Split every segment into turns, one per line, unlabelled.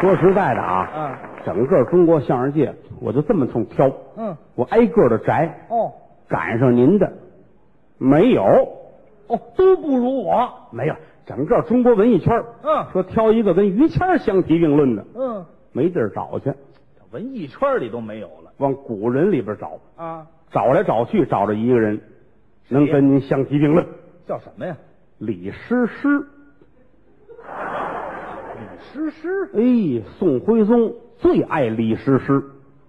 说实在的啊，
嗯
整个中国相声界，我就这么从挑，
嗯，
我挨个的摘，
哦
赶上您的没有？
哦，都不如我。
没有，整个中国文艺圈儿
嗯
说挑一个跟于谦儿相提并论的，
嗯，
没地儿找去，
文艺圈里都没有了
往古人里边找，
啊。
找来找去，找着一个人能跟您相提并论，
叫什么呀？
李师师。
李师师。
哎，宋徽宗最爱李师师，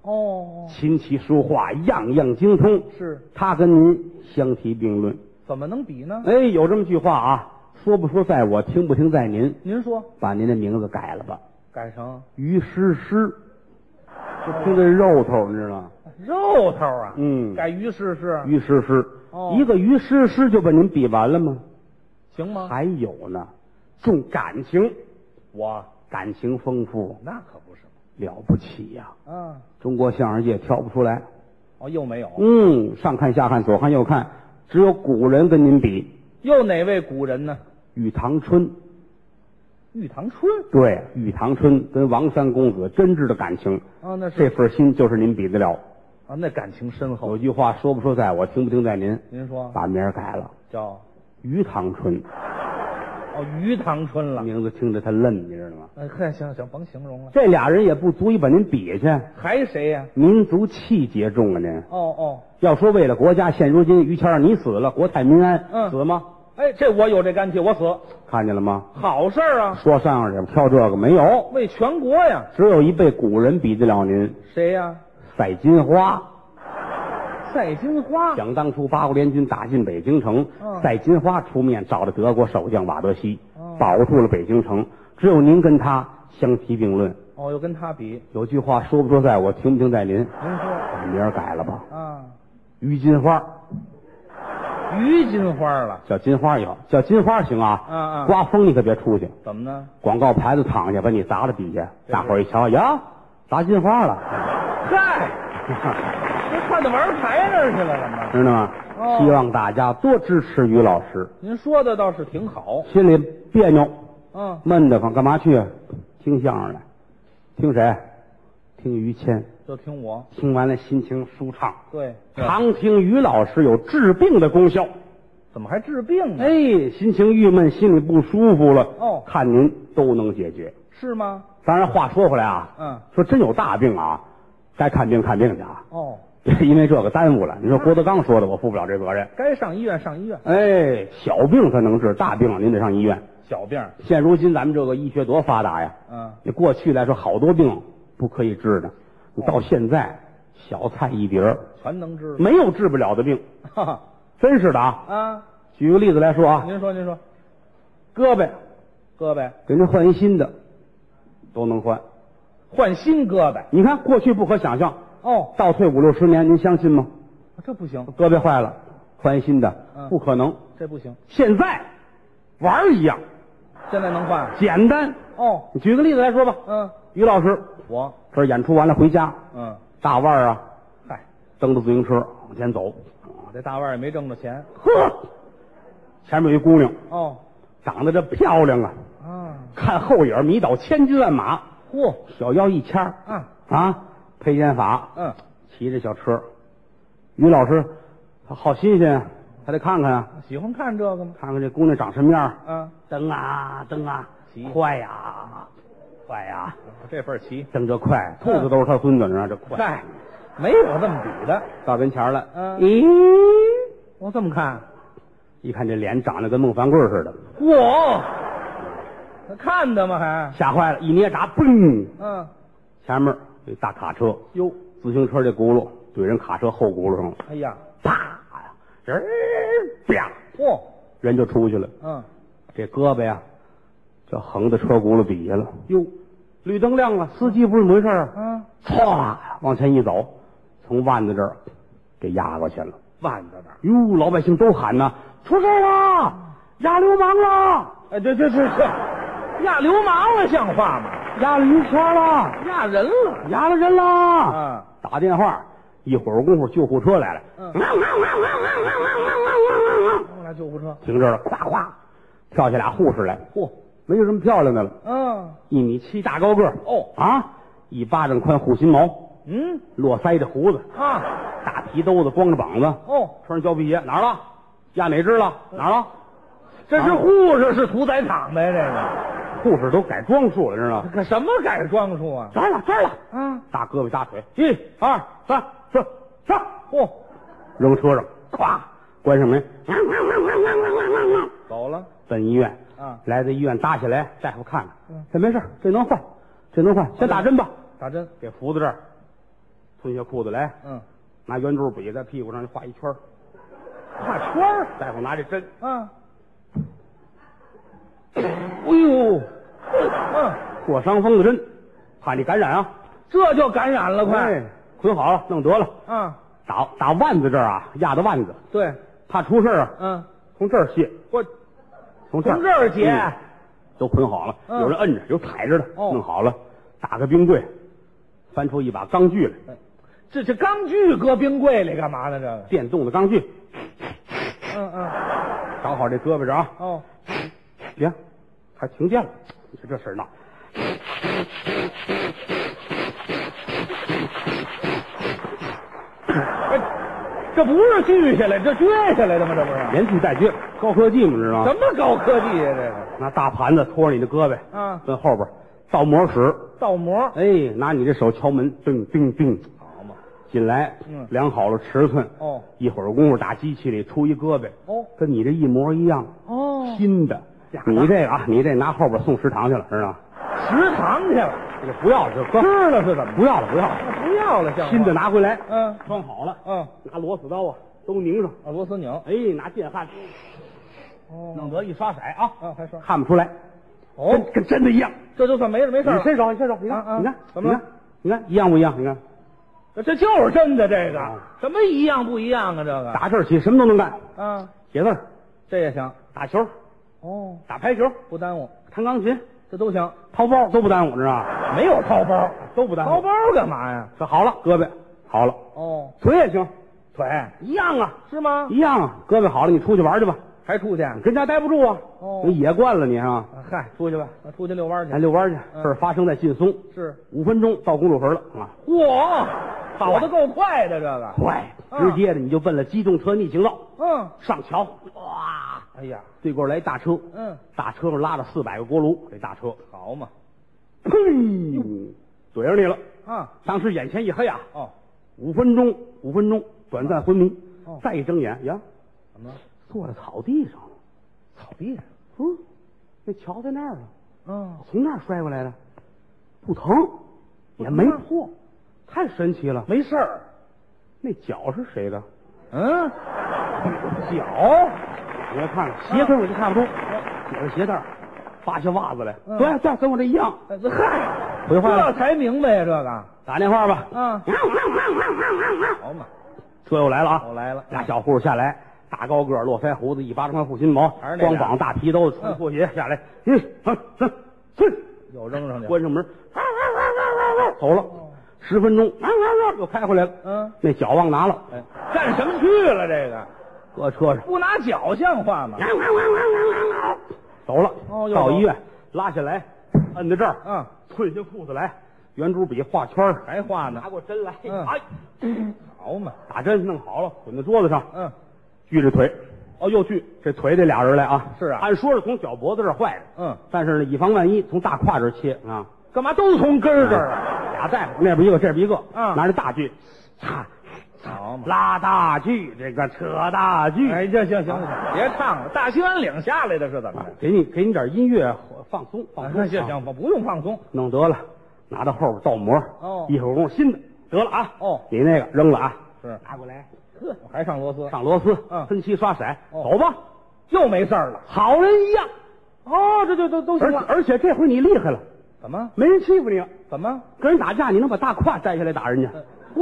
哦，
琴棋书画样样精通，
是
他跟您相提并论。
怎么能比呢？
哎，有这么句话啊，说不说在我，听不听在您。
您说
把您的名字改了吧，
改成
于师师，就听这肉头，你知道吗？
肉头啊？
嗯
改于师师
于师师，
哦
一个于师师就把您比完了吗？
行吗？
还有呢，重感情，
我
感情丰富，
那可不是
了不起呀、
啊。
中国相声界挑不出来，
哦，又没有，
嗯，上看下看左看右看，只有古人跟您比。
又哪位古人呢？
玉堂春，
玉堂春。
对，玉堂春跟王三公子真挚的感情，
啊，那
这
是
份心就是您比得了。
啊，那感情深厚
有。句话说不说在我，听不听在您。
您说
把名儿改了，
叫
于堂春，
哦于堂春了。
名字听着他愣，你知道吗？
哎，嘿，行行，甭形容了。
这俩人也不足以把您比下去，
还谁呀、
民族气节重啊！您
哦哦，
要说为了国家，现如今于谦儿你死了，国泰民安，
嗯
死吗？
哎，这我有这干气，我死
看见了吗？
好事儿啊，
说相声去挑这个没有，
为全国呀。
只有一辈古人比得了您。
谁呀、
赛金花，
赛金 花。
想当初八国联军打进北京城，
嗯
赛金花出面找了德国守将瓦德西
哦，
保住了北京城。只有您跟他相提并论。
哦，又跟他比。
有句话说不说在我，听不听在您。
您说
把名儿改了吧，
啊，
于金花
于金花了，
叫金花有，叫金花行啊。
嗯嗯
刮风你可别出去，
怎么呢？
广告牌子躺下，把你砸到底下。
对
大伙儿一瞧，呀，砸金花了，
嗨，这看到玩牌那儿去了，怎么？
知道吗？
哦
希望大家多支持于老师，
您说的倒是挺好。
心里别扭，
嗯，
闷得慌，干嘛去？啊听相声来，听谁？听于谦。
就听我。
听完了心情舒畅。
对，
常听于老师有治病的功效。
怎么还治病呢？
哎，心情郁闷，心里不舒服了，
嗯哦
看您都能解决。
是吗？
当然，话说回来啊，
嗯
说真有大病啊，该看病看病去啊，
哦，
别因为这个耽误了。你说郭德纲说的，我负不了这责任。
该上医院上医院。
哎，小病他能治，大病啊您得上医院。
小病，
现如今咱们这个医学多发达呀，
嗯，
你过去来说好多病不可以治的，你
哦
到现在小菜一碟儿，
全能治。
没有治不了的病，
哈哈
真是的啊。
啊，
举个例子来说啊，
您说您说，
胳膊
胳膊
给您换一新的，都能换。
换新胳膊。
你看过去不可想象，
哦，
倒退五六十年，您相信吗？
这不行，
胳膊坏了，换一新的
嗯，
不可能。
这不行，
现在玩儿一样
现在能换？啊
简单。
哦，
举个例子来说吧，
嗯，
于老师
我，
这儿演出完了回家，
嗯，
大腕儿啊，
嗨，
蹬着自行车往前走，
我这大腕儿也没挣着钱。
呵，前面有一姑娘，
哦，
长得这漂亮啊，
啊，
看后影儿迷倒千军万马，
嚯，
小腰一掐儿
啊，
啊，披肩法，
嗯，
骑着小车，于老师，他好新鲜啊，还得看看啊，
喜欢看这个吗？
看看这姑娘长什么样儿。
啊，
蹬啊蹬啊
骑，
快呀，快呀，
这份儿齐，
蹬着快，兔子都是他孙子，你知道这快。
嗨，没有这么比的。
到跟前儿了，
嗯
咦，
我这么看，
一看这脸长得跟孟凡贵似的，
嚯，看的吗还？
吓坏了，一捏闸，嘣，
嗯，
前面有一大卡车，
哟，
自行车这轱辘怼人卡车后轱辘上了，
哎呀，
啪呀，人儿啪，
嚯，
人就出去了。
嗯，
这胳膊呀，就横在车轱辘底下了。
哟，
绿灯亮了，司机不是怎么回事啊？
嗯，
歘，往前一走，从腕子这儿给压过去了。
腕子那儿。
哟，老百姓都喊呐，出事儿了，压流氓了，
哎，这这这这，压流氓了，像话吗？
压了于谦了，
压人了。
压了人了。
啊，
打电话，一会儿功夫救护车来了，
嗯
汪汪汪汪汪汪汪汪汪汪汪
后来救护车。
停这儿了，咵咵，跳下俩护士来，
嚯，
没有什么漂亮的了，
嗯
一米七大高个儿
哦
啊，一巴掌宽护心毛，
嗯
络腮的胡子，
啊
大皮兜子，光着膀子，
哦，
穿上胶皮鞋，哪儿了？压哪只了？哪儿了？
这是护士是屠宰场呗？这个
护士都改装束了，知道吗？
可什么改装术啊？
这儿了，这儿了，
啊，
大胳膊大腿，一二三四上，
嚯、
扔车上，咵，关上门，汪汪汪汪汪汪汪汪汪
走了，
奔医院。
啊
来到医院搭起来，大夫看看
嗯，
这没事儿，这能换，这能换，先打针吧。
打针，
给扶到这儿，褪下裤子来，
嗯，
拿圆珠笔在屁股上画一圈儿
画圈儿，
大夫拿这针，
啊，
哎呦，
嗯，
破伤风的针，怕你感染啊。
这就感染了，快，
哎，捆好了，弄得了，
啊，
打打腕子这儿啊，压到腕子，
对，
怕出事儿啊，
嗯，
从这儿卸，
我
从这儿
从这儿解，
嗯都捆好了，
嗯
有人摁着，有踩着的，
哦
弄好了，打开冰柜，翻出一把钢锯来，
哎这这钢锯搁冰柜里干嘛呢？这个，
电动的钢锯，
嗯嗯，
找好这胳膊这儿啊，
哦，
行，还停电了，你说这事儿闹。
哎，这不是锯下来，这撅下来的吗？这不是？
连锯带撅，高科技嘛，知道吗
什？么高科技呀、这个
拿大盘子托着你的胳膊，
嗯
跟后边倒模使，
倒模，
哎，拿你这手敲门，叮叮叮，
好嘛，
进来，
嗯
量好了尺寸，
哦
一会儿功夫打机器里出一胳膊，
哦
跟你这一模一样，
哦，
新的。
假的
你这个啊，你这拿后边送食堂去了，知道吗？
食堂去了，
这个不要了，这哥，
吃了是怎么着？
不要了，不要了，
不要了，像话
新的，拿回来，
嗯
装好了，
嗯，
拿螺丝刀啊，都拧上，
啊，螺丝拧，
哎，拿电焊
哦
弄得一刷色啊，
啊，还说，
看不出来，
哦，
跟跟真的一样。嗯
这就算没了，没事
你
了，
伸手，你伸手，你
啊啊
看，你看，
怎
你
么了
看，嗯你看，一样不一样？你看，
这这就是真的，这
哦
个什么一样不一样啊？这个
打这儿起什么都能干，
啊，
写字儿、
这也行
打球、
哦，
打排球、
不耽误，
弹钢琴、
这都行，
掏包都不耽误，知道吧？
没有掏包，
都不耽误。
掏包干嘛呀？
这好了，胳膊好了，
哦，
腿也行，
腿
一样啊，
是吗？
一样啊。胳膊好了，你出去玩去吧，
还出去？
跟家待不住啊。
哦
你野惯了你啊，
啊嗨，
出去吧，
啊出去遛弯
咱
去，
遛弯去。
嗯
事儿发生在劲松，
是，
五分钟到公主坟了啊。
哇，跑得够快的这个，
快，
嗯
直接的你就奔了机动车逆行道，
嗯，
上桥，哇，
哎呀，
对过来一大车，
嗯，
大车上拉着四百个锅炉，这大车，
好嘛，
嘿，怼上你了。
啊，
当时眼前一黑啊，
哦，
五分钟，五分钟，短暂昏迷
哦，
再一睁眼，呀，
怎么了？
坐在草地上了，
草地上，
嗯，那桥在那儿了，
嗯，
从那儿摔过来的，不疼，也
啊
没破，太神奇了。
没事儿，
那脚是谁的？
嗯，
脚，你来看看，鞋跟我就看不出，解了鞋带儿，扒下袜子来，
嗯
对对，跟我这一样。
哎这嗨，
回话了
这才明白呀，这个。
打电话吧，
嗯，好
嗯
嘛，
车又来了啊！
又来了
俩小护士下来，大高个儿，络腮胡子，一巴掌宽护心毛，
还是那
光
俩
膀大皮兜子，穿
嗯
破鞋下来，嗯，哼哼，哼，
又扔上去了。
关上门，走了。十分钟，又开回来了。
嗯，
那脚忘拿了，
哎，干什么去了？这个
搁车上，
不拿脚像话吗？
走了。
哦又
到
走
医院拉下来，摁在这儿，
嗯，哎
褪下裤子来，圆珠笔画圈儿，
还画呢
拿，过针来，
嗯
哎，
好嘛，
打针弄好了，捆在桌子上，
嗯，
锯着腿，哦，又锯这腿，这俩人来啊。
是啊
按说是从脚脖子这儿坏的，
嗯，
但是呢，以防万一，从大胯这儿切啊。
干嘛都从根儿这儿啊？
俩大夫那边一个，这边一个，
嗯
拿着大锯，擦，
好哎嘛，
拉大锯，这个扯大锯，
哎，这行行行，别唱了，大兴安岭下来的是怎么
啊
着？
给你给你点音乐放松放
啊
松。
行
啊
行，我不用放松。
弄得了，拿到后边倒模。
哦
一会儿功夫新的得了啊。
哦
你那个扔了啊，
是，
拿过来，
呵，还上螺丝，
上螺丝，
嗯
喷漆刷色，
哦
走吧，
又没事儿了。
好人一样。
哦，这就都都
而且。而且这回你厉害了，
怎么
没人欺负你了。
怎么？
跟人打架，你能把大胯摘下来打人家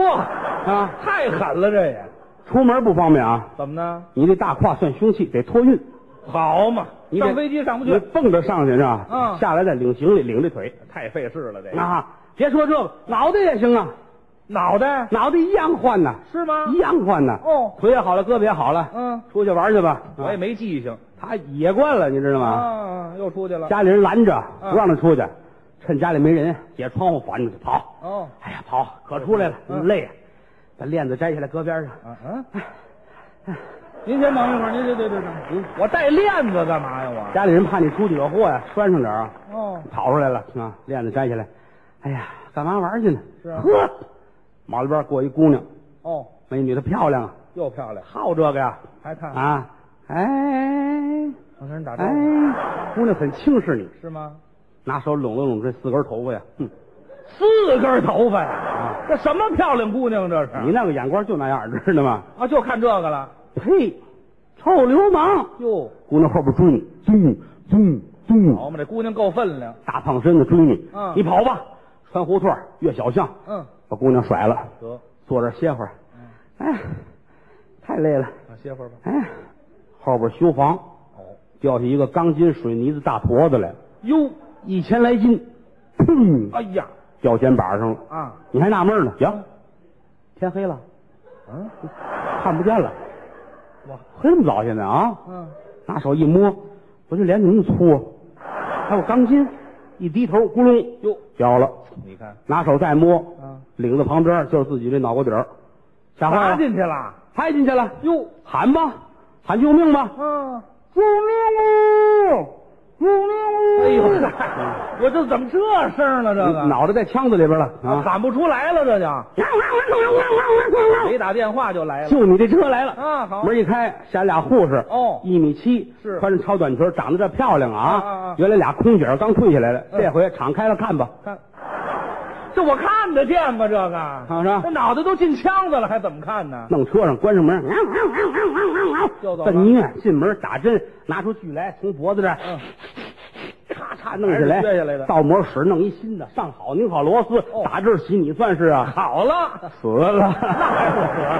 哇，
啊？
太狠了，这也
出门不方便啊，
怎么呢？
你这大胯算凶器，得托运。
好嘛，
你得
上飞机上不
你
去，
蹦着上去是吧？
嗯
下来再领行李，领这腿
太费事了，这个。
啊！别说这个，脑袋也行啊，
脑袋
脑袋一样换呐，
是吗
一样换呐。
哦
腿也好了，胳膊也好了，
嗯，
出去玩去吧。哎
我也没记性
他也惯了，你知道吗？
啊，又出去了。
家里人拦着，
嗯
不让他出去，趁家里没人，解窗户反出去跑。
哦，
哎呀，跑可出来了，
嗯
累呀！啊把链子摘下来搁边上，
嗯嗯，您先等一会儿，您这这这这，我带链子干嘛呀？我
家里人怕你出去惹祸呀，拴上点儿啊，
哦，
跑出来了啊，链子摘下来，哎呀，干嘛玩去呢？
是啊
呵，马路边过一姑娘，
哦，
美女，她漂亮啊，
又漂亮，
好这个呀
还看，
啊，哎
我跟人打招呼
哎，姑娘很轻视你，
是吗？
拿手拢了拢这四根头发呀，哼，
四根头发呀
啊！
这什么漂亮姑娘这是？
你那个眼光就那样，知道吗？
啊，就看这个了。
呸，臭流氓！
哟，
姑娘后边追你，追你，追你，追你，
好嘛，这姑娘够分量。
大胖身子追你，
嗯
你跑吧，穿胡同儿越小巷，
嗯，
把姑娘甩了，
得，
坐这儿歇会儿。哎，太累了，
啊，歇会儿吧。
哎，后边修房
哦，
掉下一个钢筋水泥的大坨子来，
哟，
一千来斤，砰，
哎呀，
掉肩膀上了。
啊，
你还纳闷呢？呀，嗯天黑了，
嗯，
看不见了，
哇，
黑这么早现在啊？
嗯，
拿手一摸，我这脸怎么那么粗啊？还有钢筋，一低头，咕噜，
哟，
掉了。
你看，
拿手再摸，
嗯
领子旁边就是自己这脑瓜顶儿，吓坏
砸
了，
进去了。
拍进去了，
哟，
喊吧，喊救命吧，
嗯，
救命哦，救
哎呦，
命哦！
我这怎么这声了？这个
脑袋在腔子里边了啊！
喊不出来了，这就没打电话就来了。
就你这车来了
啊好
门一开，下俩护士，
哦
一米七，
是
穿着超短裙，长得这漂亮啊！
啊啊啊
原来俩空姐刚退下来了，
嗯
这回敞开了看吧，
看，这我看得见吗？这个，
啊是吧
这脑袋都进腔子了，还怎么看呢？
弄车上，关上门，
就走了
奔医院，进门打针，拿出锯来，从脖子这儿
嗯，
咔嚓弄下来，
还是撅哎下来的哦
倒模屎弄一新的，上 好拧好螺丝，打这儿起，你算是啊，
好了，
死了。
那还不死？啊